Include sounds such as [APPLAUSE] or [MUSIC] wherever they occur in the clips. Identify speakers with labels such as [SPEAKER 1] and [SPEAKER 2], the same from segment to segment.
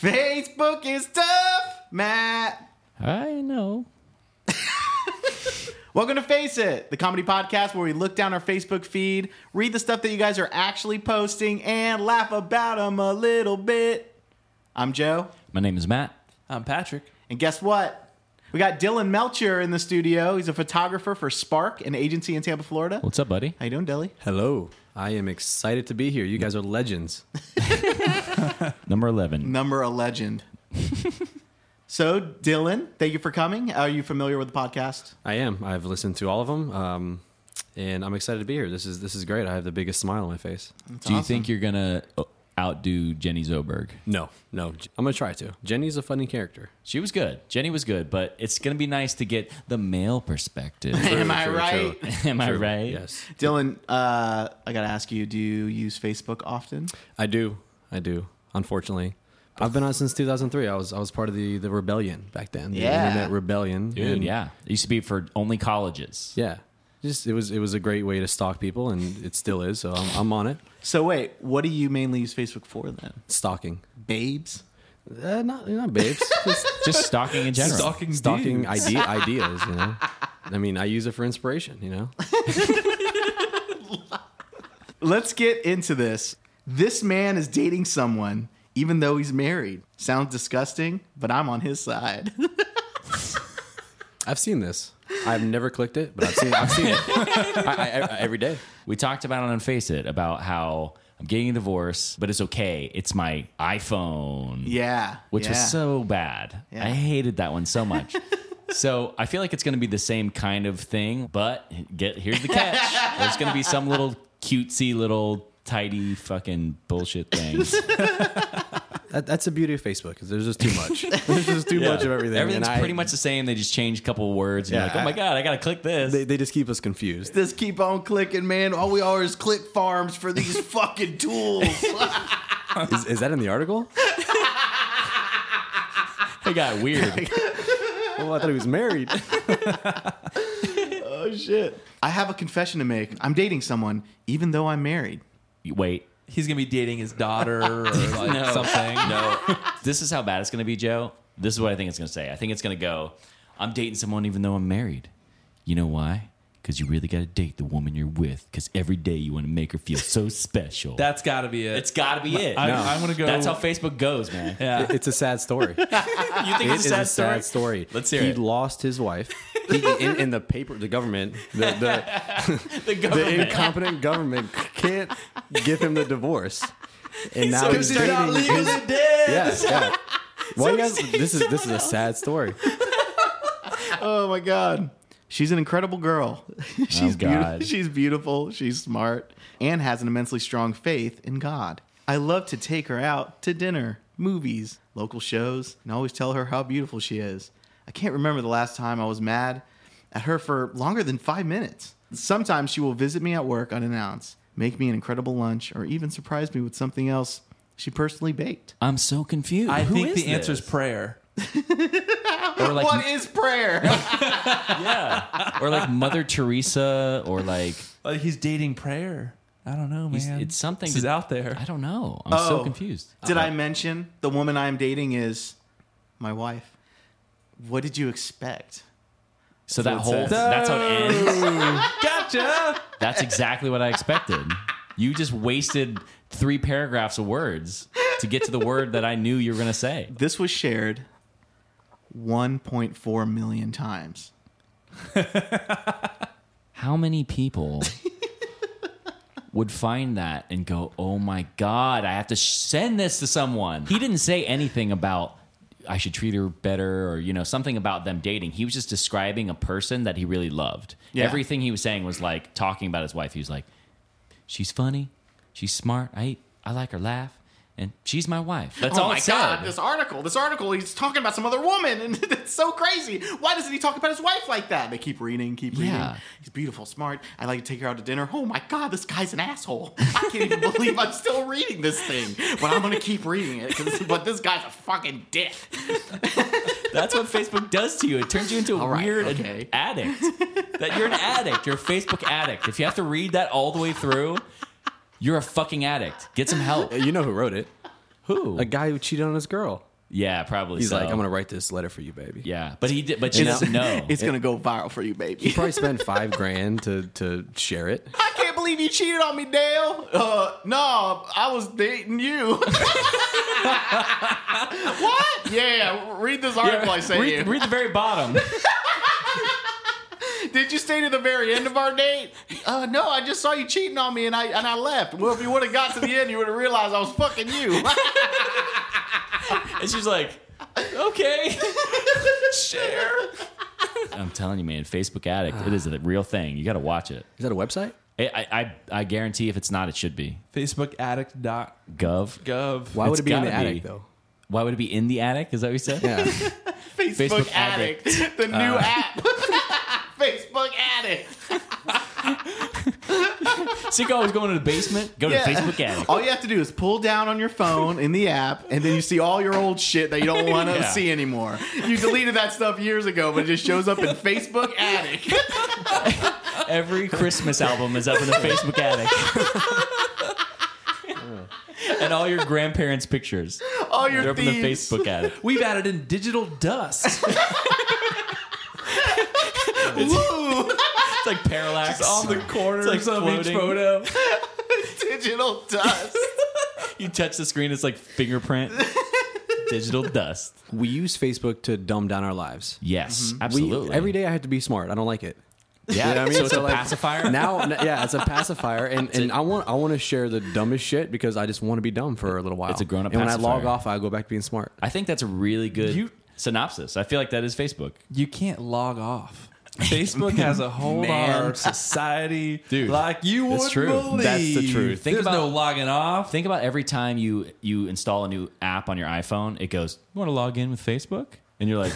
[SPEAKER 1] Facebook is tough, Matt.
[SPEAKER 2] I know.
[SPEAKER 1] Welcome to Face It, the comedy podcast where we look down our Facebook feed, read the stuff that you guys are actually posting, and laugh about them a little bit. I'm Joe,
[SPEAKER 2] My name is Matt.
[SPEAKER 3] I'm Patrick.
[SPEAKER 1] and guess what? We got Dylan Melcher in the studio. He's a photographer for Spark, an agency in Tampa, Florida.
[SPEAKER 2] What's up, buddy?
[SPEAKER 1] How you doing, Dilly?
[SPEAKER 4] Hello. I am excited to be here. You guys are legends.
[SPEAKER 2] Number 11.
[SPEAKER 1] Number a
[SPEAKER 2] [LAUGHS]
[SPEAKER 1] legend. so, Dylan, thank you for coming. Are you familiar with the podcast?
[SPEAKER 4] I am. I've listened to all of them, um, and I'm excited to be here. This is this is great. I have the biggest smile on my face.
[SPEAKER 2] Do you think you're going to outdo Jenny Zoberg?
[SPEAKER 4] No, no. J- I'm gonna try to. Jenny's a funny character.
[SPEAKER 2] She was good. Jenny was good, but it's going to be nice to get the male
[SPEAKER 4] [LAUGHS]
[SPEAKER 2] perspective. [LAUGHS]
[SPEAKER 1] Am I
[SPEAKER 4] True, true,
[SPEAKER 1] right?
[SPEAKER 4] true.
[SPEAKER 2] Am I
[SPEAKER 4] True.
[SPEAKER 2] right?
[SPEAKER 4] Yes,
[SPEAKER 1] Dylan, uh, I gotta ask you: Do you use Facebook often?
[SPEAKER 4] I do. I do. Unfortunately, I've been on since 2003. I was I was part of the the rebellion back then. The
[SPEAKER 1] Yeah.
[SPEAKER 4] internet rebellion.
[SPEAKER 2] Dude,
[SPEAKER 4] And-
[SPEAKER 2] yeah. It used to be for only colleges.
[SPEAKER 4] yeah. Just it was it was a great way to stalk people, and it still is. So I'm, I'm on it.
[SPEAKER 1] So wait, what do you mainly use Facebook for then?
[SPEAKER 4] Stalking.
[SPEAKER 1] Babes.
[SPEAKER 4] Uh, not not babes. Just
[SPEAKER 2] [LAUGHS] Just stalking in general.
[SPEAKER 3] Stalking
[SPEAKER 4] stalking
[SPEAKER 3] dudes.
[SPEAKER 4] ide- ideas. You know, I mean, I use it for inspiration. You know,
[SPEAKER 1] Let's get into this. This man is dating someone, even though he's married. Sounds disgusting, but I'm on his side.
[SPEAKER 4] I've seen this. I've never clicked it, but I've seen. I've seen it I, I, I- every day.
[SPEAKER 2] We talked about it on Face It about how I'm getting a divorce, but it's okay. It's my iPhone.
[SPEAKER 1] yeah.
[SPEAKER 2] which
[SPEAKER 1] yeah.
[SPEAKER 2] was so bad.
[SPEAKER 1] Yeah.
[SPEAKER 2] I hated that one so
[SPEAKER 4] [LAUGHS]
[SPEAKER 2] much. so I feel like it's going to be the same kind of thing, but get here's the catch: there's going to be some little cutesy little tidy fucking
[SPEAKER 4] [LAUGHS]
[SPEAKER 2] bullshit thing.
[SPEAKER 4] That, that's the beauty of Facebook. Is there's just too much. There's just too much of everything.
[SPEAKER 2] Everything's
[SPEAKER 4] and I-
[SPEAKER 2] pretty much the same. They just change a couple words. And
[SPEAKER 4] Yeah,
[SPEAKER 2] you're like, oh my
[SPEAKER 4] I-
[SPEAKER 2] god, I got to click this.
[SPEAKER 4] They, they just keep
[SPEAKER 1] [LAUGHS]
[SPEAKER 4] us confused.
[SPEAKER 1] Just keep on clicking, man. All we are is click farms for these fucking tools.
[SPEAKER 4] Is, is that in the article?
[SPEAKER 2] it got weird.
[SPEAKER 4] Well, I thought he was married.
[SPEAKER 1] oh shit. I have a confession to make. I'm dating someone, even though I'm married.
[SPEAKER 2] You- Wait.
[SPEAKER 3] He's gonna be dating his daughter
[SPEAKER 2] [LAUGHS]
[SPEAKER 3] or like something.
[SPEAKER 2] No. this is how bad it's going to be, Joe. This is what I think it's going to say. I think it's going to go, I'm dating someone even though I'm married. You know why? Because you really got to date the woman you're with because every day you want to make her feel
[SPEAKER 3] [LAUGHS]
[SPEAKER 2] so special.
[SPEAKER 3] That's gotta be it.
[SPEAKER 2] it's got to be it.
[SPEAKER 3] I,
[SPEAKER 4] No.
[SPEAKER 3] I'm gonna go.
[SPEAKER 2] That's how Facebook goes, man.
[SPEAKER 3] [LAUGHS] Yeah.
[SPEAKER 4] It's a sad
[SPEAKER 2] [LAUGHS]
[SPEAKER 4] story.
[SPEAKER 2] You think
[SPEAKER 4] It is a sad story.
[SPEAKER 2] Let's hear
[SPEAKER 4] he
[SPEAKER 2] it.
[SPEAKER 4] lost his wife. He, in, in the paper, the government, the, the,
[SPEAKER 2] The
[SPEAKER 4] the
[SPEAKER 2] government.
[SPEAKER 4] incompetent government can't give him the divorce, and now
[SPEAKER 1] so
[SPEAKER 4] he's
[SPEAKER 1] he's not
[SPEAKER 4] dating his.
[SPEAKER 1] legally
[SPEAKER 4] Yes, yeah. Why you guys? This is this is a sad story.
[SPEAKER 1] Oh my god. She's an incredible girl. [LAUGHS] She's beautiful.
[SPEAKER 2] Oh,
[SPEAKER 1] [LAUGHS]
[SPEAKER 2] God.
[SPEAKER 1] She's beautiful. She's smart and has an immensely strong faith in God. I love to take her out to dinner, movies, local shows, and always tell her how beautiful she is. I can't remember the last time I was mad at her for longer than 5 minutes. Sometimes she will visit me at work unannounced, make me an incredible lunch, or even surprise me with something else she personally baked.
[SPEAKER 2] I'm so confused.
[SPEAKER 3] I
[SPEAKER 2] Who
[SPEAKER 3] think the
[SPEAKER 2] this?
[SPEAKER 3] answer is prayer.
[SPEAKER 2] or [LAUGHS] like,
[SPEAKER 1] what is prayer?
[SPEAKER 2] yeah, or like Mother Teresa, or like
[SPEAKER 3] Like he's dating prayer. I don't know,
[SPEAKER 2] He's-
[SPEAKER 3] man.
[SPEAKER 2] it's something
[SPEAKER 3] This is
[SPEAKER 2] to-
[SPEAKER 3] out there.
[SPEAKER 2] I don't know. I'm
[SPEAKER 1] Oh.
[SPEAKER 2] so confused. Uh-huh.
[SPEAKER 1] Did I mention the woman I'm dating is my wife? What did you expect?
[SPEAKER 2] So
[SPEAKER 1] That's
[SPEAKER 2] that
[SPEAKER 1] what
[SPEAKER 2] whole
[SPEAKER 1] it says.
[SPEAKER 2] that's how it ends.
[SPEAKER 1] [LAUGHS]
[SPEAKER 3] Gotcha.
[SPEAKER 2] That's exactly what I expected. You just wasted three paragraphs of words to get to the word that I knew you were going to say.
[SPEAKER 1] This was shared 1.4 million times.
[SPEAKER 2] How many [LAUGHS] people would find that and go, oh my God, I have to sh- send this to someone? He didn't say anything about. I should treat her better, or you know, something about them dating. He was just describing a person that he really loved.
[SPEAKER 1] Yeah.
[SPEAKER 2] Everything he was saying was like talking about his wife. He was like, "She's funny, she's smart. I I like her laugh, and she's Oh my wife." That's all it said.
[SPEAKER 1] This article, this article, he's talking about some other woman, [LAUGHS] and it's so crazy. Why doesn't he talk about his wife like that? They keep reading, keep reading.
[SPEAKER 2] Yeah.
[SPEAKER 1] He's beautiful, smart. I like to take her out to dinner. Oh my God, this guy's an asshole. I can't even believe I'm still reading this thing, but I'm going to keep reading it. 'cause- But this guy's a fucking dick.
[SPEAKER 2] That's what Facebook does to you. It turns you into a
[SPEAKER 1] All right,
[SPEAKER 2] weird
[SPEAKER 1] okay.
[SPEAKER 2] addict. That you're an addict. You're a Facebook addict. If you have to read that all the way through, you're a fucking addict. Get some help.
[SPEAKER 4] You know who wrote it?
[SPEAKER 2] Who?
[SPEAKER 4] A guy who cheated on his girl.
[SPEAKER 2] Yeah, probably.
[SPEAKER 4] He's
[SPEAKER 2] so.
[SPEAKER 4] like, I'm gonna write this letter for you, baby.
[SPEAKER 2] Yeah, but he did. But you know, no.
[SPEAKER 1] [LAUGHS] It's gonna go viral for you, baby.
[SPEAKER 4] He probably spent five grand to to share it.
[SPEAKER 1] I can't believe you cheated on me, Dale. Uh, no, I was dating you. [LAUGHS] what? Yeah, read this article I sent you.
[SPEAKER 2] read, read the very bottom.
[SPEAKER 1] Did you stay to the very end of our date? Uh, no, I just saw you cheating on me and I and I left. Well, if you would have got to the end, you would have realized I was fucking you. [LAUGHS]
[SPEAKER 2] and she's like, okay, share. I'm telling you, man, Facebook addict. It is a real thing. You got to watch it.
[SPEAKER 4] Is that a website?
[SPEAKER 2] I, I I I guarantee if it's not, it should be.
[SPEAKER 3] Facebookaddict.gov.
[SPEAKER 2] Gov.
[SPEAKER 4] Why would
[SPEAKER 2] It's
[SPEAKER 4] it be in the
[SPEAKER 2] gotta be.
[SPEAKER 4] attic though?
[SPEAKER 2] Why would it be in the attic? Is that what you said?
[SPEAKER 4] Yeah.
[SPEAKER 1] Facebook,
[SPEAKER 2] Facebook
[SPEAKER 1] addict, Uh. the new app. [LAUGHS] Facebook addict.
[SPEAKER 2] Sicko always going to the basement. Go
[SPEAKER 1] Yeah.
[SPEAKER 2] to Facebook attic.
[SPEAKER 1] All you have to do is pull down on your phone in the app, and then you see all your old shit that you don't want to
[SPEAKER 2] Yeah.
[SPEAKER 1] see anymore. You deleted that stuff years ago, but it just shows up in Facebook Attic. [LAUGHS]
[SPEAKER 2] Every Christmas album is up in the Facebook attic. and all your grandparents' pictures.
[SPEAKER 1] All your
[SPEAKER 2] They're up in the
[SPEAKER 1] thieves.
[SPEAKER 2] Facebook attic.
[SPEAKER 3] We've added in
[SPEAKER 2] [LAUGHS]
[SPEAKER 3] digital dust.
[SPEAKER 1] Woo!
[SPEAKER 2] It's like parallax.
[SPEAKER 3] on the corners
[SPEAKER 2] It's like
[SPEAKER 3] of each
[SPEAKER 2] floating.
[SPEAKER 3] photo.
[SPEAKER 1] Digital dust.
[SPEAKER 2] You touch the screen, it's like fingerprint. Digital dust.
[SPEAKER 4] we use Facebook to dumb down our lives.
[SPEAKER 2] Yes,
[SPEAKER 4] Mm-hmm. We-
[SPEAKER 2] absolutely.
[SPEAKER 4] every day I have to be smart. I don't like it.
[SPEAKER 2] Yeah,
[SPEAKER 4] You know what I mean?
[SPEAKER 2] so it's
[SPEAKER 4] So,
[SPEAKER 2] a
[SPEAKER 4] like,
[SPEAKER 2] pacifier.
[SPEAKER 4] Now, n- yeah, it's a pacifier, and, and I want I want to share the dumbest shit because I just want to be dumb for a little while.
[SPEAKER 2] It's a grown-up
[SPEAKER 4] And when I log
[SPEAKER 2] pacifier.
[SPEAKER 4] off, I go back to being smart.
[SPEAKER 2] I think that's a really good
[SPEAKER 3] You-
[SPEAKER 2] synopsis. I feel like that is Facebook.
[SPEAKER 3] You can't log off. Facebook has a
[SPEAKER 2] [LAUGHS]
[SPEAKER 3] hold
[SPEAKER 2] Man.
[SPEAKER 3] on our society,
[SPEAKER 2] Dude,
[SPEAKER 3] Like you
[SPEAKER 2] it's
[SPEAKER 3] would
[SPEAKER 2] true.
[SPEAKER 3] believe.
[SPEAKER 2] That's the truth. Think
[SPEAKER 3] There's
[SPEAKER 2] about-
[SPEAKER 3] no logging off.
[SPEAKER 2] Think about every time you you install a new app on your iPhone, it goes, "You want to log in with Facebook?" And you're like,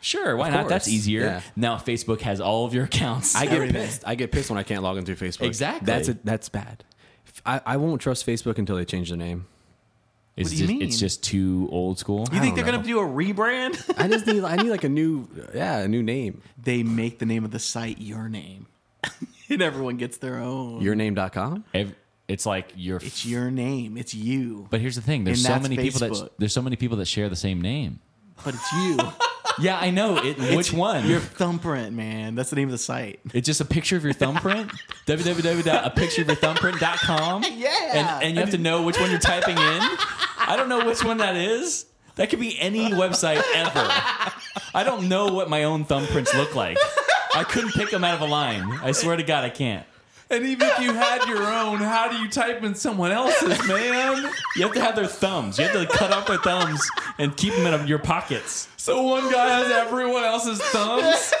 [SPEAKER 2] "Sure, why not?
[SPEAKER 4] course.
[SPEAKER 2] That's easier."
[SPEAKER 4] Yeah.
[SPEAKER 2] Now Facebook has all of your accounts.
[SPEAKER 4] I get pissed. I get pissed when I can't log in through Facebook.
[SPEAKER 2] Exactly.
[SPEAKER 4] That's a, that's bad. F- I, I won't trust Facebook until they change the name.
[SPEAKER 2] [LAUGHS] it's
[SPEAKER 1] do you
[SPEAKER 2] just
[SPEAKER 1] mean?
[SPEAKER 2] it's just too old school.
[SPEAKER 1] You think
[SPEAKER 4] don't
[SPEAKER 1] they're gonna do a rebrand? [LAUGHS]
[SPEAKER 4] I just need I need like a new yeah a new name.
[SPEAKER 1] they make the name of the site your name, [LAUGHS] and everyone gets their own.
[SPEAKER 4] Yourname.com.
[SPEAKER 2] Ev- it's like your
[SPEAKER 1] it's your name. It's you.
[SPEAKER 2] But here's the thing: there's
[SPEAKER 1] And
[SPEAKER 2] so
[SPEAKER 1] that's
[SPEAKER 2] many people
[SPEAKER 1] Facebook.
[SPEAKER 2] that there's so many people that share the same name.
[SPEAKER 1] But it's you.
[SPEAKER 2] Yeah, I know. [LAUGHS] It, which one?
[SPEAKER 1] Your thumbprint, man. That's the name of the site.
[SPEAKER 2] it's just a picture of your thumbprint. www.apictureofyourthumbprint.com.
[SPEAKER 1] Yeah.
[SPEAKER 2] and, and you have to know which one you're typing in. I don't know which one that is. That could be any website ever. I don't know what my own thumbprints look like. I couldn't pick them out of a line. I swear to God, I can't.
[SPEAKER 3] And even if you had
[SPEAKER 1] [LAUGHS]
[SPEAKER 3] your own, how do you type in someone else's, man?
[SPEAKER 2] You have to have their thumbs. You have to cut off their thumbs and keep them in um, your pockets.
[SPEAKER 3] So one guy has everyone else's
[SPEAKER 2] [LAUGHS]
[SPEAKER 3] thumbs.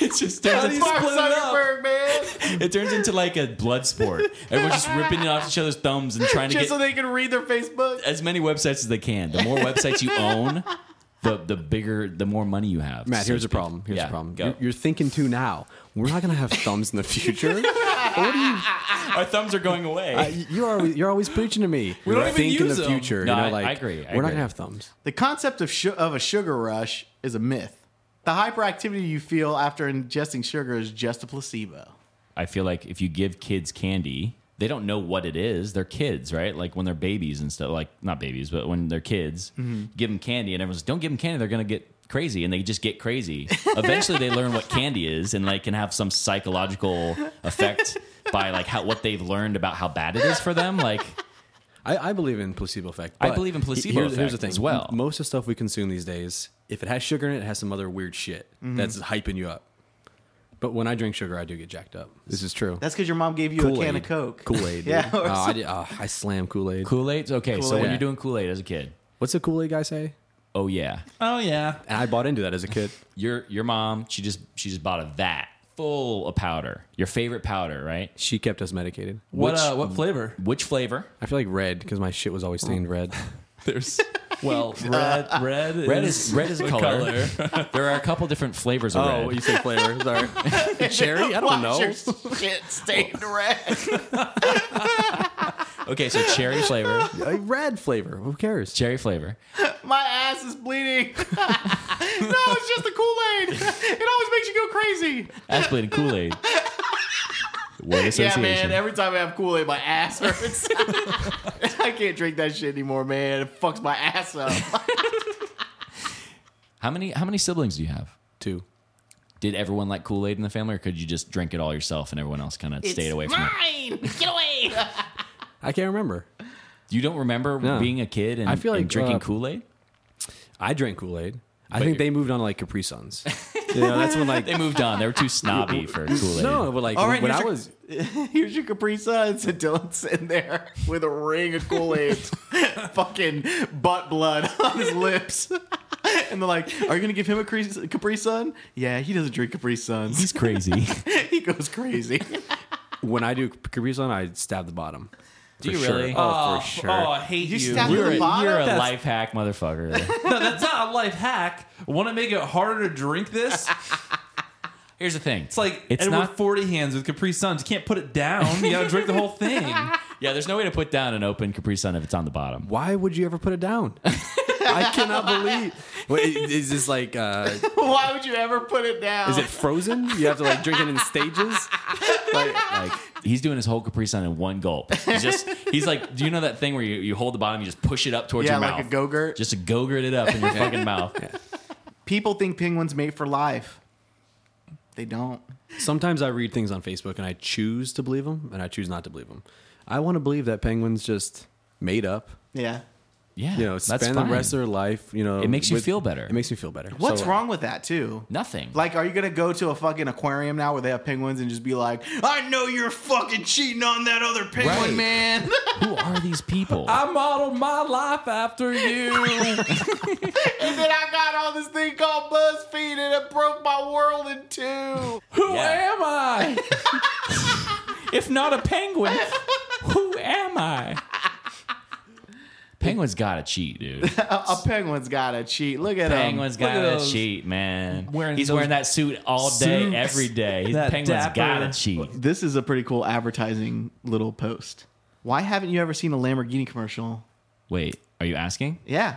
[SPEAKER 2] It's just
[SPEAKER 3] How
[SPEAKER 2] turns
[SPEAKER 3] do you
[SPEAKER 2] into,
[SPEAKER 1] Mark
[SPEAKER 3] split it up?
[SPEAKER 1] Zuckerberg, man.
[SPEAKER 2] it turns into like a blood sport. Everyone's just ripping it off each other's thumbs and trying to
[SPEAKER 1] Just
[SPEAKER 2] get
[SPEAKER 1] so they can read their Facebook.
[SPEAKER 2] as many websites as they can. The more websites you own, the the bigger, the more money you have.
[SPEAKER 4] Matt,
[SPEAKER 2] So
[SPEAKER 4] here's the
[SPEAKER 2] speak.
[SPEAKER 4] problem. Here's
[SPEAKER 2] Yeah,
[SPEAKER 4] the problem.
[SPEAKER 2] go.
[SPEAKER 4] You're, you're thinking too now. We're not gonna have thumbs in the future. [LAUGHS] what do you?
[SPEAKER 2] Our thumbs are going away.
[SPEAKER 4] Uh, you're always you're always preaching to me. We
[SPEAKER 3] don't even
[SPEAKER 4] think in
[SPEAKER 3] use
[SPEAKER 4] the
[SPEAKER 3] them.
[SPEAKER 4] future.
[SPEAKER 2] No,
[SPEAKER 4] you know,
[SPEAKER 2] I-
[SPEAKER 4] like,
[SPEAKER 2] I agree, I
[SPEAKER 4] we're
[SPEAKER 2] agree.
[SPEAKER 4] not gonna have thumbs.
[SPEAKER 1] The concept of, su- of a sugar rush is a myth. The hyperactivity you feel after ingesting sugar is just a placebo.
[SPEAKER 2] I feel like if you give kids candy, they don't know what it is. They're kids, right? Like when they're babies and stuff, like not babies, but when they're kids,
[SPEAKER 4] Mm-hmm.
[SPEAKER 2] give them candy and everyone's don't give them candy. They're going to get crazy and they just get crazy. Eventually they learn what candy is and like can have some psychological effect by like how, what they've learned about how bad it is for them. Like
[SPEAKER 4] I, I believe in placebo effect.
[SPEAKER 2] I
[SPEAKER 4] but
[SPEAKER 2] believe in
[SPEAKER 4] he-
[SPEAKER 2] placebo
[SPEAKER 4] here's, here's the
[SPEAKER 2] effect
[SPEAKER 4] thing.
[SPEAKER 2] as well.
[SPEAKER 4] M- Most of the stuff we consume these days, if it has sugar in it, it has some other weird shit that's hyping you up. But when I drink sugar, I do get jacked up. This is true.
[SPEAKER 1] That's because your mom gave you a can of Coke.
[SPEAKER 4] Kool Aid.
[SPEAKER 1] [LAUGHS] Yeah, or
[SPEAKER 4] Oh, I, did- oh, I slam Kool Aid.
[SPEAKER 2] Kool-Aid. Okay. So when
[SPEAKER 4] Kool-Aid.
[SPEAKER 2] you're doing Kool-Aid as a kid,
[SPEAKER 4] What's a Kool Aid guy say?
[SPEAKER 2] oh yeah,
[SPEAKER 3] [LAUGHS] Oh yeah.
[SPEAKER 4] And I bought into that as
[SPEAKER 1] [LAUGHS]
[SPEAKER 4] a kid.
[SPEAKER 2] your, your mom, she just, she just bought a vat full of powder, your favorite powder, right?
[SPEAKER 4] She kept us medicated.
[SPEAKER 3] What
[SPEAKER 4] Which-
[SPEAKER 3] uh, what flavor?
[SPEAKER 2] Which flavor?
[SPEAKER 4] I feel like red because my shit was always
[SPEAKER 1] Oh.
[SPEAKER 4] stained
[SPEAKER 1] [LAUGHS]
[SPEAKER 4] red.
[SPEAKER 3] There's
[SPEAKER 2] [LAUGHS]
[SPEAKER 3] well, red red
[SPEAKER 2] Red is red is a color. [LAUGHS] there are a couple different flavors of
[SPEAKER 3] Oh,
[SPEAKER 2] red.
[SPEAKER 4] say
[SPEAKER 2] [LAUGHS]
[SPEAKER 4] flavor? Sorry. Oh, Cherry? I
[SPEAKER 1] [LAUGHS]
[SPEAKER 4] don't
[SPEAKER 1] Watch
[SPEAKER 4] know.
[SPEAKER 1] your shit stained red.
[SPEAKER 2] Okay, so cherry flavor,
[SPEAKER 4] A red flavor. Who cares?
[SPEAKER 2] cherry flavor.
[SPEAKER 1] My ass is bleeding. [LAUGHS] no, it's just the Kool Aid. It always makes you go crazy.
[SPEAKER 2] Ass bleeding Kool Aid. Word
[SPEAKER 1] Yeah,
[SPEAKER 2] association.
[SPEAKER 1] man. Every time I have Kool Aid, my ass hurts. [LAUGHS] I can't drink that shit anymore, man. It fucks my ass up.
[SPEAKER 2] How many how many siblings do you have?
[SPEAKER 4] Two.
[SPEAKER 2] Did everyone like Kool Aid in the family, or could you just drink it all yourself and everyone else kind of stayed away from it?
[SPEAKER 1] mine. Get away. [LAUGHS]
[SPEAKER 4] I can't remember.
[SPEAKER 2] You don't remember
[SPEAKER 4] No.
[SPEAKER 2] being a kid and,
[SPEAKER 4] I feel
[SPEAKER 2] and
[SPEAKER 4] like,
[SPEAKER 2] drinking
[SPEAKER 4] uh,
[SPEAKER 2] Kool Aid?
[SPEAKER 4] I drank Kool Aid. I think
[SPEAKER 2] you-
[SPEAKER 4] they moved on to like
[SPEAKER 2] [LAUGHS]
[SPEAKER 4] Capri Suns. yeah, that's when like
[SPEAKER 2] They moved on. They were too snobby for Kool Aid.
[SPEAKER 4] [LAUGHS] no, but like
[SPEAKER 1] All right,
[SPEAKER 4] when
[SPEAKER 1] here's
[SPEAKER 4] I
[SPEAKER 1] your-
[SPEAKER 4] was
[SPEAKER 1] Here's your Capri Suns, and Dylan's sitting there with a ring of Kool Aid, [LAUGHS] fucking butt blood on his lips. [LAUGHS] And they're like, "Are you gonna give him a Capri- Capri Sun?" Yeah, he doesn't drink Capri Suns.
[SPEAKER 2] he's crazy.
[SPEAKER 1] [LAUGHS] he goes crazy.
[SPEAKER 4] when I do Capri Sun, I stab the bottom.
[SPEAKER 2] Do
[SPEAKER 4] For
[SPEAKER 2] you
[SPEAKER 4] sure.
[SPEAKER 2] really?
[SPEAKER 4] Oh,
[SPEAKER 3] Oh,
[SPEAKER 4] for sure.
[SPEAKER 3] oh, I hate you.
[SPEAKER 1] You stabbed
[SPEAKER 2] [LAUGHS]
[SPEAKER 3] [LAUGHS]
[SPEAKER 2] you're a,
[SPEAKER 1] the bottom?
[SPEAKER 2] you're a
[SPEAKER 1] That's-
[SPEAKER 2] life hack, motherfucker.
[SPEAKER 3] No, that's not a life hack. Want to make it harder to drink this?
[SPEAKER 2] Here's the thing.
[SPEAKER 3] It's like
[SPEAKER 2] It's
[SPEAKER 3] Edward
[SPEAKER 2] not-
[SPEAKER 3] Forty Hands with Capri Suns. You can't put it down. You gotta drink the whole thing.
[SPEAKER 2] yeah, there's no way to put down an open Capri Sun if it's on the bottom.
[SPEAKER 4] Why would you ever put
[SPEAKER 2] [LAUGHS]
[SPEAKER 4] it down? I cannot believe. Wait, is this like uh,
[SPEAKER 1] Why would you ever put it down?
[SPEAKER 4] is it frozen? You have to like drink it in stages. Like,
[SPEAKER 2] Like he's doing his whole Capri Sun in one gulp. He's just he's like, do you know that thing where you, you hold the bottom, you just push it up towards
[SPEAKER 1] yeah,
[SPEAKER 2] your mouth,
[SPEAKER 1] like a go-gurt?
[SPEAKER 2] just to go-gurt it up in your fucking mouth.
[SPEAKER 1] People think penguins mate for life. They don't.
[SPEAKER 4] sometimes I read things on Facebook and I choose to believe them and I choose not to believe them. I want to believe that penguins just made up.
[SPEAKER 1] Yeah.
[SPEAKER 2] Yeah,
[SPEAKER 4] You know,
[SPEAKER 2] that's
[SPEAKER 4] spend the
[SPEAKER 2] fine.
[SPEAKER 4] rest of their life. You know,
[SPEAKER 2] It makes you feel better.
[SPEAKER 4] It makes me feel better.
[SPEAKER 1] What's
[SPEAKER 2] uh,
[SPEAKER 4] So,
[SPEAKER 1] wrong with that too?
[SPEAKER 2] Nothing.
[SPEAKER 1] Like, are you gonna go to a fucking aquarium now where they have penguins and just be like, "I know you're fucking cheating on that other penguin,
[SPEAKER 2] Right.
[SPEAKER 1] man."
[SPEAKER 2] Who are these [LAUGHS] people?
[SPEAKER 3] I modeled my life after you.
[SPEAKER 1] And [LAUGHS] then I got on this thing called BuzzFeed and it broke my world in two.
[SPEAKER 3] Who
[SPEAKER 2] Yeah.
[SPEAKER 3] am I?
[SPEAKER 2] [LAUGHS] if not
[SPEAKER 1] [LAUGHS]
[SPEAKER 2] a penguin, [LAUGHS] who am I? Penguins gotta cheat, dude.
[SPEAKER 1] [LAUGHS] a, a penguin's gotta cheat. Look at
[SPEAKER 2] Penguins
[SPEAKER 3] Look at
[SPEAKER 2] gotta
[SPEAKER 3] those.
[SPEAKER 2] cheat, man.
[SPEAKER 3] Wearing
[SPEAKER 2] He's
[SPEAKER 3] those
[SPEAKER 2] wearing that suit all day,
[SPEAKER 3] suits.
[SPEAKER 2] every
[SPEAKER 3] [LAUGHS]
[SPEAKER 2] day. He's-
[SPEAKER 3] That
[SPEAKER 2] Penguins
[SPEAKER 3] dapper-
[SPEAKER 2] gotta cheat.
[SPEAKER 1] him. This is a pretty cool advertising little post. Why haven't you ever seen a Lamborghini commercial?
[SPEAKER 2] Wait, are you asking?
[SPEAKER 1] Yeah.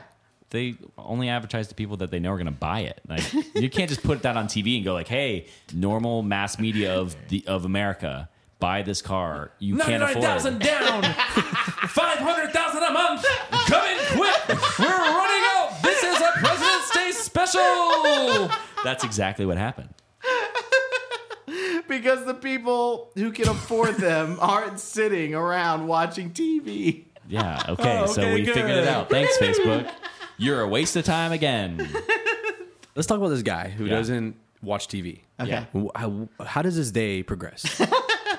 [SPEAKER 2] They only advertise to people that they know are gonna buy it. Like you can't just put that on TV and go like, "Hey, normal mass media of the of America, buy this car. You can't
[SPEAKER 3] Ninety-nine
[SPEAKER 2] afford."
[SPEAKER 3] thousand
[SPEAKER 2] it."
[SPEAKER 3] down. Five hundred thousand a month. Come in quick. We're running out. This is a President's Day special.
[SPEAKER 2] That's exactly what happened.
[SPEAKER 1] Because the people who can [LAUGHS] afford them aren't sitting around watching TV.
[SPEAKER 3] [LAUGHS]
[SPEAKER 2] Yeah. Okay. so
[SPEAKER 3] Oh, okay,
[SPEAKER 2] we figured it
[SPEAKER 3] good.
[SPEAKER 2] out.
[SPEAKER 3] [LAUGHS]
[SPEAKER 2] Thanks, Facebook. You're a waste of time again.
[SPEAKER 4] [LAUGHS] Let's talk about this guy who
[SPEAKER 2] Yeah.
[SPEAKER 4] doesn't watch TV.
[SPEAKER 1] Okay.
[SPEAKER 2] Yeah.
[SPEAKER 4] Wh- How, how does his day
[SPEAKER 3] [LAUGHS]
[SPEAKER 4] progress?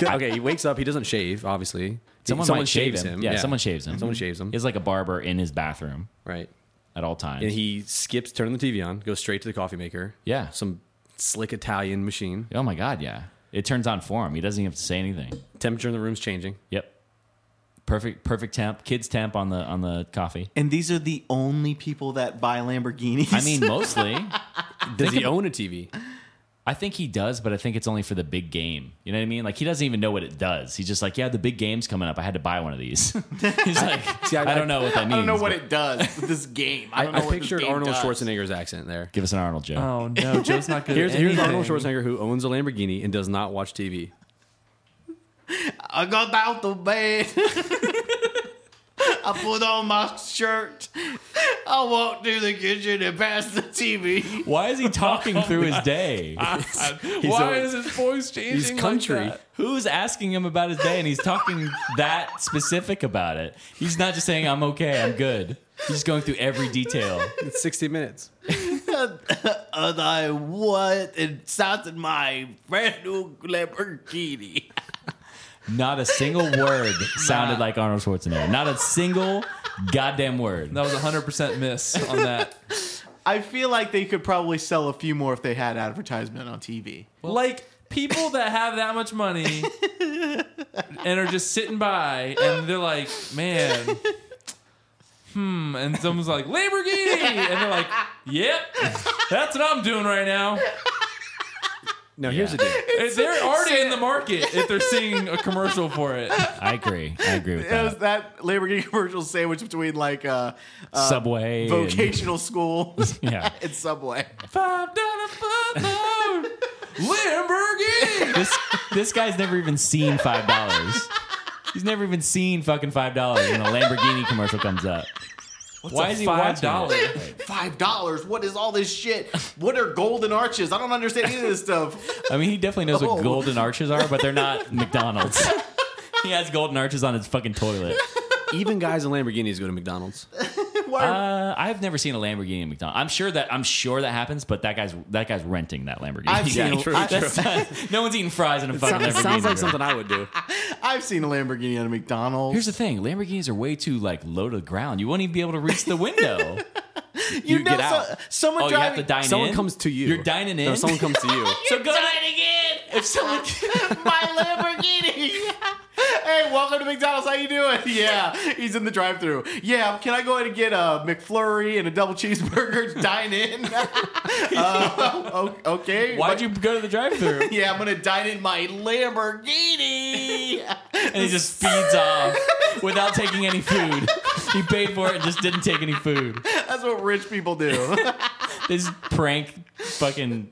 [SPEAKER 4] okay, he wakes up. He doesn't shave, obviously.
[SPEAKER 2] Someone, might shave him. Yeah, Someone shaves him.
[SPEAKER 4] Someone shaves him.
[SPEAKER 2] It's like a barber in his bathroom
[SPEAKER 4] right.
[SPEAKER 2] at all times.
[SPEAKER 4] And he skips turning the TV on, goes straight to the coffee maker.
[SPEAKER 2] Yeah.
[SPEAKER 4] Some slick Italian machine.
[SPEAKER 2] oh my god, yeah. It turns on for him. He doesn't even have to say anything.
[SPEAKER 4] Temperature in the room's changing.
[SPEAKER 2] Yep. Perfect. Perfect temp. Kids temp on the on the
[SPEAKER 1] [LAUGHS]
[SPEAKER 2] coffee.
[SPEAKER 1] And these are the only people that buy Lamborghinis.
[SPEAKER 2] I mean, mostly.
[SPEAKER 4] Does he own a TV?
[SPEAKER 2] I think he does, but I think it's only for the big game. You know what I mean? Like he doesn't even know what it does. He's just like, yeah, the big game's coming up. I had to buy one of these. [LAUGHS]
[SPEAKER 1] [LAUGHS]
[SPEAKER 2] He's like,
[SPEAKER 4] See,
[SPEAKER 2] I, don't know what that
[SPEAKER 1] [LAUGHS]
[SPEAKER 2] means.
[SPEAKER 1] I don't know what
[SPEAKER 2] but
[SPEAKER 1] it does. with This game. I,
[SPEAKER 4] I,
[SPEAKER 1] don't know
[SPEAKER 4] I
[SPEAKER 1] what this
[SPEAKER 4] pictured
[SPEAKER 1] game
[SPEAKER 4] Arnold
[SPEAKER 1] does.
[SPEAKER 4] Schwarzenegger's accent there.
[SPEAKER 2] Give us an Arnold joke.
[SPEAKER 3] Oh no, Joe's not good.
[SPEAKER 4] Here's,
[SPEAKER 3] at
[SPEAKER 4] here's
[SPEAKER 3] anything.
[SPEAKER 4] Arnold Schwarzenegger who owns a Lamborghini and does not watch
[SPEAKER 3] [LAUGHS]
[SPEAKER 4] TV.
[SPEAKER 1] I got out the [LAUGHS] bed. I put on my shirt. I walked through the kitchen and past the TV.
[SPEAKER 2] Why is he
[SPEAKER 1] Oh
[SPEAKER 2] talking through his day?
[SPEAKER 3] Why
[SPEAKER 4] a-
[SPEAKER 3] is his voice changing?
[SPEAKER 4] He's country.
[SPEAKER 3] Like that?
[SPEAKER 2] Who's asking him about his day and he's talking that specific about it? He's not just saying, I'm okay, I'm good. He's just going through every detail.
[SPEAKER 4] [LAUGHS] It's 60 minutes.
[SPEAKER 1] [LAUGHS] And I what inside my brand new Lamborghini.
[SPEAKER 2] Not a single word sounded like Arnold Schwarzenegger. Not a single goddamn word.
[SPEAKER 3] That was a hundred percent miss on that. [LAUGHS]
[SPEAKER 1] I feel like they could probably sell a few more if they had advertisement on TV.
[SPEAKER 3] like people that have that much [LAUGHS] money and are just sitting by and they're like, man, hmm. And someone's like, Lamborghini. And they're like, yep, that's what I'm doing right now.
[SPEAKER 4] No, here's the
[SPEAKER 3] [LAUGHS]
[SPEAKER 4] deal.
[SPEAKER 3] And they're already in the market if they're seeing a commercial for [LAUGHS] it.
[SPEAKER 2] I agree. I
[SPEAKER 1] [LAUGHS]
[SPEAKER 2] agree with
[SPEAKER 1] It was
[SPEAKER 2] that.
[SPEAKER 1] that Lamborghini [LAUGHS] commercial sandwich between like uh, uh
[SPEAKER 2] Subway. and-
[SPEAKER 1] vocational school
[SPEAKER 2] yeah.
[SPEAKER 1] [LAUGHS] and Subway.
[SPEAKER 3] Five dollar foot load. Lamborghini.
[SPEAKER 2] This this guy's never even seen five dollars. He's never even seen fucking five dollars, and a Lamborghini commercial comes up. Why
[SPEAKER 3] a
[SPEAKER 2] is he watching
[SPEAKER 3] $5?
[SPEAKER 2] it?
[SPEAKER 1] Five dollars. What is all this shit? What are golden arches? I don't understand any of this stuff.
[SPEAKER 2] I mean, he definitely knows
[SPEAKER 1] Oh.
[SPEAKER 2] what golden arches are, but they're not McDonald's. [LAUGHS] he has golden arches on his fucking toilet.
[SPEAKER 4] Even guys in Lamborghinis go to McDonald's.
[SPEAKER 2] Uh, I've never seen a Lamborghini at McDonald's. I'm sure that I'm sure that happens, but that guy's that guy's renting that Lamborghini. [LAUGHS]
[SPEAKER 1] I've seen a- I-
[SPEAKER 2] That's not- [LAUGHS] no one's eating fries in a fucking Lamborghini.
[SPEAKER 4] sounds like something I would do.
[SPEAKER 1] I've seen a Lamborghini at a McDonald's.
[SPEAKER 2] Here's the thing: Lamborghinis are way too like low to the ground. You won't even be able to reach the window.
[SPEAKER 1] you, know,
[SPEAKER 4] get
[SPEAKER 1] so-
[SPEAKER 4] out.
[SPEAKER 1] someone
[SPEAKER 2] oh, you have
[SPEAKER 1] driving.
[SPEAKER 2] to dine
[SPEAKER 4] Someone
[SPEAKER 2] in.
[SPEAKER 4] comes to you.
[SPEAKER 2] You're dining in.
[SPEAKER 4] No, someone comes to you.
[SPEAKER 2] [LAUGHS] so go
[SPEAKER 1] again. If someone [LAUGHS] my Lamborghini. [LAUGHS] hey, welcome to McDonald's. How you doing? [LAUGHS] Yeah, he's in the drive-through. Yeah, can I go ahead and get a McFlurry and a double cheeseburger? to Dine in. [LAUGHS] Uh, o- okay.
[SPEAKER 2] Why'd you go to the drive-through?
[SPEAKER 1] Yeah, I'm gonna dine in my Lamborghini. [LAUGHS]
[SPEAKER 2] and he just speeds off without taking any food. He paid for it and just didn't take any food.
[SPEAKER 1] That's what rich people do.
[SPEAKER 2] They just prank fucking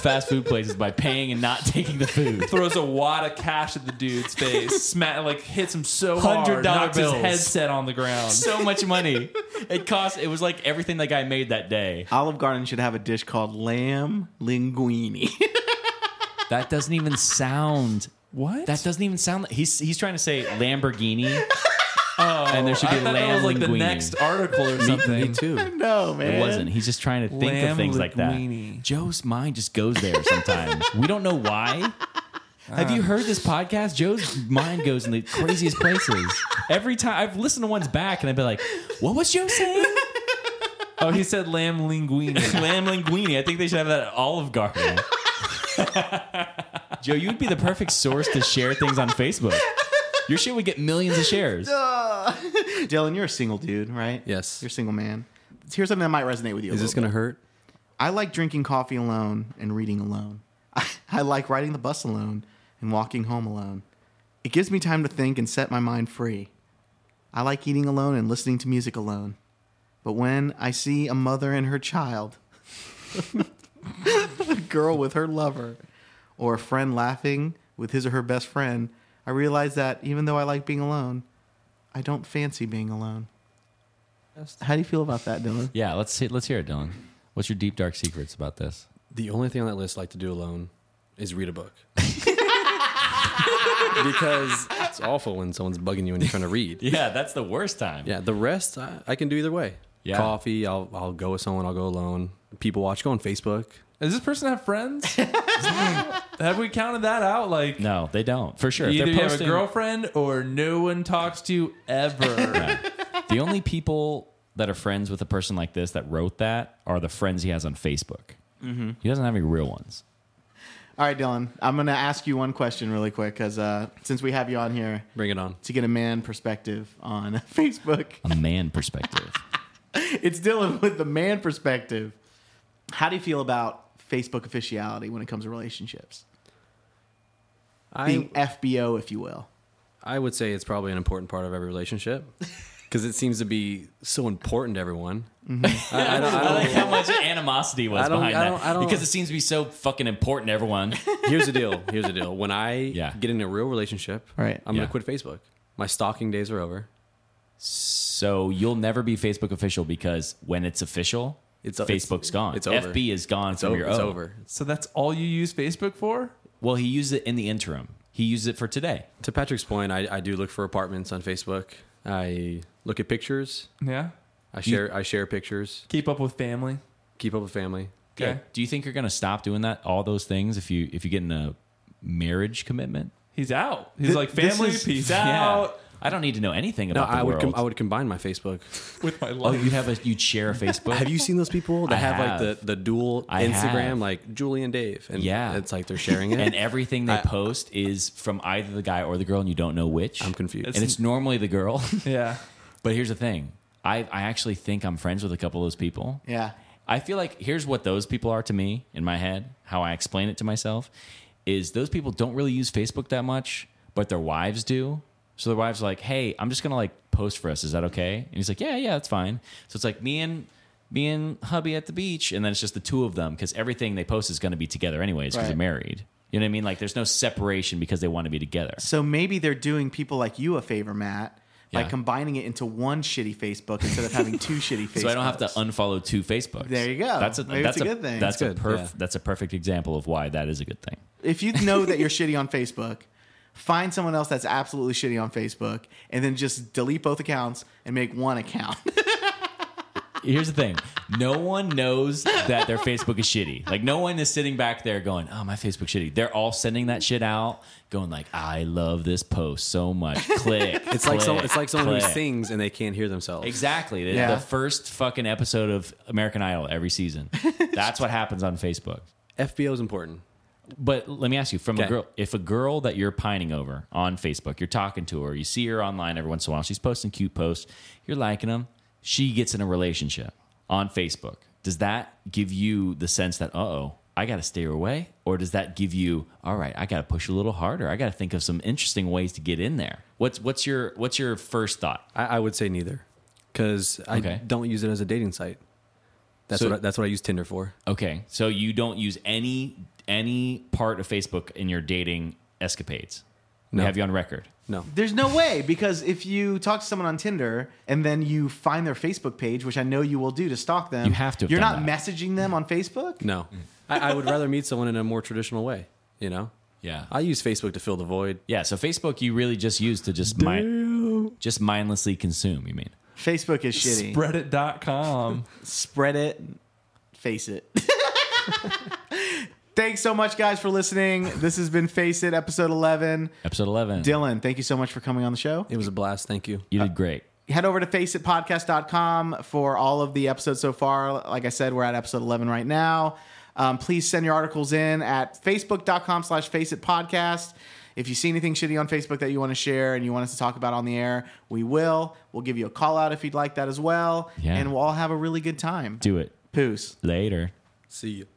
[SPEAKER 2] fast food places by paying and not taking the food.
[SPEAKER 3] Throws a wad of cash at the dude's face. Smack, like hits him so
[SPEAKER 2] $100
[SPEAKER 3] hard, knocks his
[SPEAKER 2] bills.
[SPEAKER 3] headset on the ground.
[SPEAKER 2] So much money. It cost. It was like everything that guy made that day.
[SPEAKER 1] [LAUGHS] Olive Garden should have a dish called lamb linguine.
[SPEAKER 2] That doesn't even sound.
[SPEAKER 3] what?
[SPEAKER 2] That doesn't even sound. He's he's trying to say Lamborghini.
[SPEAKER 3] oh,
[SPEAKER 2] and there should be
[SPEAKER 3] I thought that was like the
[SPEAKER 2] Lamborghini.
[SPEAKER 3] next article or something.
[SPEAKER 4] Me too.
[SPEAKER 1] [LAUGHS] no, man.
[SPEAKER 2] It wasn't. He's just trying to think of things like that.
[SPEAKER 3] Lamborghini.
[SPEAKER 2] Joe's mind just goes there sometimes. we don't know why. Have you heard this podcast? Joe's mind goes in the craziest places. Every time I've listened to one's back and I've been like, what was Joe saying?
[SPEAKER 3] Oh, he said
[SPEAKER 2] [LAUGHS]
[SPEAKER 3] lamb linguine.
[SPEAKER 2] Lamb linguine. I think they should have that at Olive Garden. Joe, you would be the perfect source to share things on Facebook. Your shit would get millions of
[SPEAKER 1] [LAUGHS]
[SPEAKER 2] shares.
[SPEAKER 1] Dylan, you're a single dude, right?
[SPEAKER 4] Yes.
[SPEAKER 1] You're a single man. Here's something that might resonate with you. a
[SPEAKER 4] Is this
[SPEAKER 1] little
[SPEAKER 4] gonna hurt?
[SPEAKER 1] I like drinking coffee alone and reading alone. [LAUGHS] I, I like riding the bus alone and walking home alone. It gives me time to think and set my mind free. I like eating alone and listening to music alone. But when I see a mother and her child, [LAUGHS] a girl with her lover, or a friend laughing with his or her best friend, I realize that even though I like being alone, I don't fancy being alone. How do you feel about that, Dylan?
[SPEAKER 2] Yeah, let's see, let's hear it, Dylan. What's your deep dark secrets about this?
[SPEAKER 4] [LAUGHS] The only thing on that list I like to do alone is read a book. because it's awful when someone's bugging you when you're trying to read.
[SPEAKER 2] Yeah, that's the worst time.
[SPEAKER 4] Yeah, the rest I, I can do either way.
[SPEAKER 2] Yeah.
[SPEAKER 4] Coffee, I'll I'll go with someone, I'll go alone. People watch, go on Facebook.
[SPEAKER 3] Does this person have friends?
[SPEAKER 2] [LAUGHS]
[SPEAKER 3] have we counted that out? Like,
[SPEAKER 2] No, they don't. For sure. If
[SPEAKER 3] either
[SPEAKER 2] they're
[SPEAKER 3] you have a
[SPEAKER 2] posting-
[SPEAKER 3] girlfriend or no one talks to you ever.
[SPEAKER 2] [LAUGHS] The only people that are friends with a person like this that wrote that are the friends he has on Facebook. He doesn't have any real ones.
[SPEAKER 1] All right, Dylan. I'm gonna ask you one question really quick, because uh, since we have you on here
[SPEAKER 4] Bring it on.
[SPEAKER 1] to get a man perspective on [LAUGHS] Facebook,
[SPEAKER 2] A man perspective.
[SPEAKER 1] it's Dylan with the man perspective. How do you feel about Facebook officiality when it comes to relationships?
[SPEAKER 4] I
[SPEAKER 1] Being FBO, if you will.
[SPEAKER 4] I would say it's probably an important part of every relationship. Because it seems to be so important to everyone. I, I don't, I
[SPEAKER 2] I
[SPEAKER 4] don't,
[SPEAKER 2] like [LAUGHS] how much animosity was
[SPEAKER 4] I don't-
[SPEAKER 2] behind
[SPEAKER 4] I don't-
[SPEAKER 2] that
[SPEAKER 4] I don't-
[SPEAKER 2] because it seems to be so fucking important to everyone.
[SPEAKER 4] here's the deal. Here's the deal. When I
[SPEAKER 2] Yeah.
[SPEAKER 4] get in a real relationship,
[SPEAKER 1] Right.
[SPEAKER 4] I'm
[SPEAKER 2] Yeah.
[SPEAKER 4] gonna quit Facebook. My stalking days are over.
[SPEAKER 2] [LAUGHS] so you'll never be Facebook official because when it's official,
[SPEAKER 4] It's- it's-
[SPEAKER 2] Facebook's gone.
[SPEAKER 4] it's over.
[SPEAKER 2] FB is gone
[SPEAKER 4] It's,
[SPEAKER 2] from
[SPEAKER 4] over.
[SPEAKER 2] your
[SPEAKER 4] it's
[SPEAKER 2] own.
[SPEAKER 4] over.
[SPEAKER 3] so that's all you use Facebook for?
[SPEAKER 2] Well, he used it in the interim. He used it for today.
[SPEAKER 4] To Patrick's point, I, I do look for apartments on Facebook. I look at pictures.
[SPEAKER 3] Yeah.
[SPEAKER 4] I share I share pictures.
[SPEAKER 3] Keep up with family.
[SPEAKER 4] Keep up with family.
[SPEAKER 3] Okay.
[SPEAKER 2] Yeah. Do you think you're going to stop doing that? All those things if you if you get in a marriage commitment?
[SPEAKER 3] He's out. He's like
[SPEAKER 1] this
[SPEAKER 3] family
[SPEAKER 1] is-
[SPEAKER 3] peace
[SPEAKER 2] Yeah.
[SPEAKER 3] [LAUGHS] out
[SPEAKER 2] I don't need to know anything
[SPEAKER 4] No,
[SPEAKER 2] about the
[SPEAKER 4] I would
[SPEAKER 2] world.
[SPEAKER 4] com- I would combine my Facebook.
[SPEAKER 3] with my
[SPEAKER 2] oh,
[SPEAKER 3] life.
[SPEAKER 2] you have a you share
[SPEAKER 4] [LAUGHS]
[SPEAKER 2] a Facebook.
[SPEAKER 4] Have you seen those [LAUGHS] people that
[SPEAKER 2] I
[SPEAKER 4] have,
[SPEAKER 2] have.
[SPEAKER 4] like the, the dual
[SPEAKER 2] I
[SPEAKER 4] Instagram,
[SPEAKER 2] have.
[SPEAKER 4] like Julie and Dave, and
[SPEAKER 2] Yeah.
[SPEAKER 4] it's like they're sharing [LAUGHS] it.
[SPEAKER 2] and everything they post is from either the guy or the girl, and you don't know which.
[SPEAKER 4] I'm confused.
[SPEAKER 2] And it's normally the girl. [LAUGHS]
[SPEAKER 3] yeah.
[SPEAKER 2] but here's the thing: I I actually think I'm friends with a couple of those people.
[SPEAKER 1] Yeah.
[SPEAKER 2] I feel like here's what those people are to me in my head, how I explain it to myself is those people don't really use Facebook that much, but their wives do. So their wives are like, "Hey, I'm just going to like post for us. Is that okay?" And he's like, "Yeah, yeah, that's fine." So it's like me and me and hubby at the beach and then it's just the two of them cuz everything they post is going to be together anyways cuz
[SPEAKER 1] Right.
[SPEAKER 2] they're married. You know what I mean? Like there's no separation because they want to be together.
[SPEAKER 1] So maybe they're doing people like you a favor, Matt, by
[SPEAKER 2] Yeah.
[SPEAKER 1] combining it into one shitty Facebook instead of having
[SPEAKER 2] [LAUGHS]
[SPEAKER 1] two shitty Facebooks.
[SPEAKER 2] So I don't have to unfollow two Facebooks.
[SPEAKER 1] There you go.
[SPEAKER 2] That's a,
[SPEAKER 1] Maybe
[SPEAKER 2] that's
[SPEAKER 1] it's a
[SPEAKER 2] a,
[SPEAKER 1] good thing.
[SPEAKER 2] That's
[SPEAKER 4] It's
[SPEAKER 2] a
[SPEAKER 4] good,
[SPEAKER 2] perf-
[SPEAKER 4] yeah.
[SPEAKER 2] that's a perfect example of why that is a good thing.
[SPEAKER 1] if you know [LAUGHS] that you're shitty on Facebook, find someone else that's absolutely shitty on Facebook, and then just delete both accounts and make one account. [LAUGHS]
[SPEAKER 2] Here's the thing: no one knows that their Facebook is shitty. Like no one is sitting back there going, "Oh, my Facebook shitty." They're all sending that shit out, going like, "I love this post so
[SPEAKER 4] [LAUGHS]
[SPEAKER 2] much." Click.
[SPEAKER 4] It's like some,
[SPEAKER 2] click,
[SPEAKER 4] it's like someone who
[SPEAKER 2] click.
[SPEAKER 4] sings and they can't hear themselves.
[SPEAKER 2] Exactly. The,
[SPEAKER 1] Yeah.
[SPEAKER 2] the first fucking episode of American Idol every season. That's what happens on Facebook.
[SPEAKER 4] FBO is important.
[SPEAKER 2] But let me ask you, from a
[SPEAKER 4] Okay.
[SPEAKER 2] girl, if a girl that you're pining over on Facebook, you're talking to her, you see her online every once in a while, she's posting cute posts, you're liking them, she gets in a relationship on Facebook. Does that give you the sense that, uh oh, I got to stay away? Or does that give you, all right, I got to push a little harder. I got to think of some interesting ways to get in there. What's what's your what's your first thought?
[SPEAKER 4] I, I would say neither because I
[SPEAKER 2] Okay.
[SPEAKER 4] don't use it as a dating site. That's
[SPEAKER 2] So-
[SPEAKER 4] what I, that's what I use Tinder for.
[SPEAKER 2] Okay, so you don't use any any part of Facebook in your dating escapades.
[SPEAKER 4] No.
[SPEAKER 2] We have you on record.
[SPEAKER 4] No,
[SPEAKER 1] There's no way because if you talk to someone on Tinder and then you find their Facebook page, which I know you will do to stalk them,
[SPEAKER 2] You have to have
[SPEAKER 1] You're not
[SPEAKER 2] done that.
[SPEAKER 1] messaging them on Facebook.
[SPEAKER 4] no. I, I would rather meet someone in a more traditional way. You know,
[SPEAKER 2] Yeah.
[SPEAKER 4] I use Facebook to fill the void.
[SPEAKER 2] Yeah, so Facebook you really just use to just mind, just mindlessly consume, you mean.
[SPEAKER 1] Facebook is shitty.
[SPEAKER 3] Spreadit.com.
[SPEAKER 1] Spread it, face it. [LAUGHS] Thanks so much, guys, for listening. This has been Face It, episode 11.
[SPEAKER 2] Episode 11.
[SPEAKER 1] Dylan, thank you so much for coming on the show.
[SPEAKER 4] It was a blast. Thank you.
[SPEAKER 2] you did great.
[SPEAKER 1] head over to faceitpodcast.com for all of the episodes so far. Like I said, we're at episode 11 right now. Um, please send your articles in at facebook.com slash faceitpodcast. If you see anything shitty on Facebook that you want to share and you want us to talk about on the air, we will. We'll give you a call out if you'd like that as well.
[SPEAKER 2] Yeah.
[SPEAKER 1] And we'll all have a really good time.
[SPEAKER 2] Do it.
[SPEAKER 1] Poos.
[SPEAKER 2] Later.
[SPEAKER 4] See you.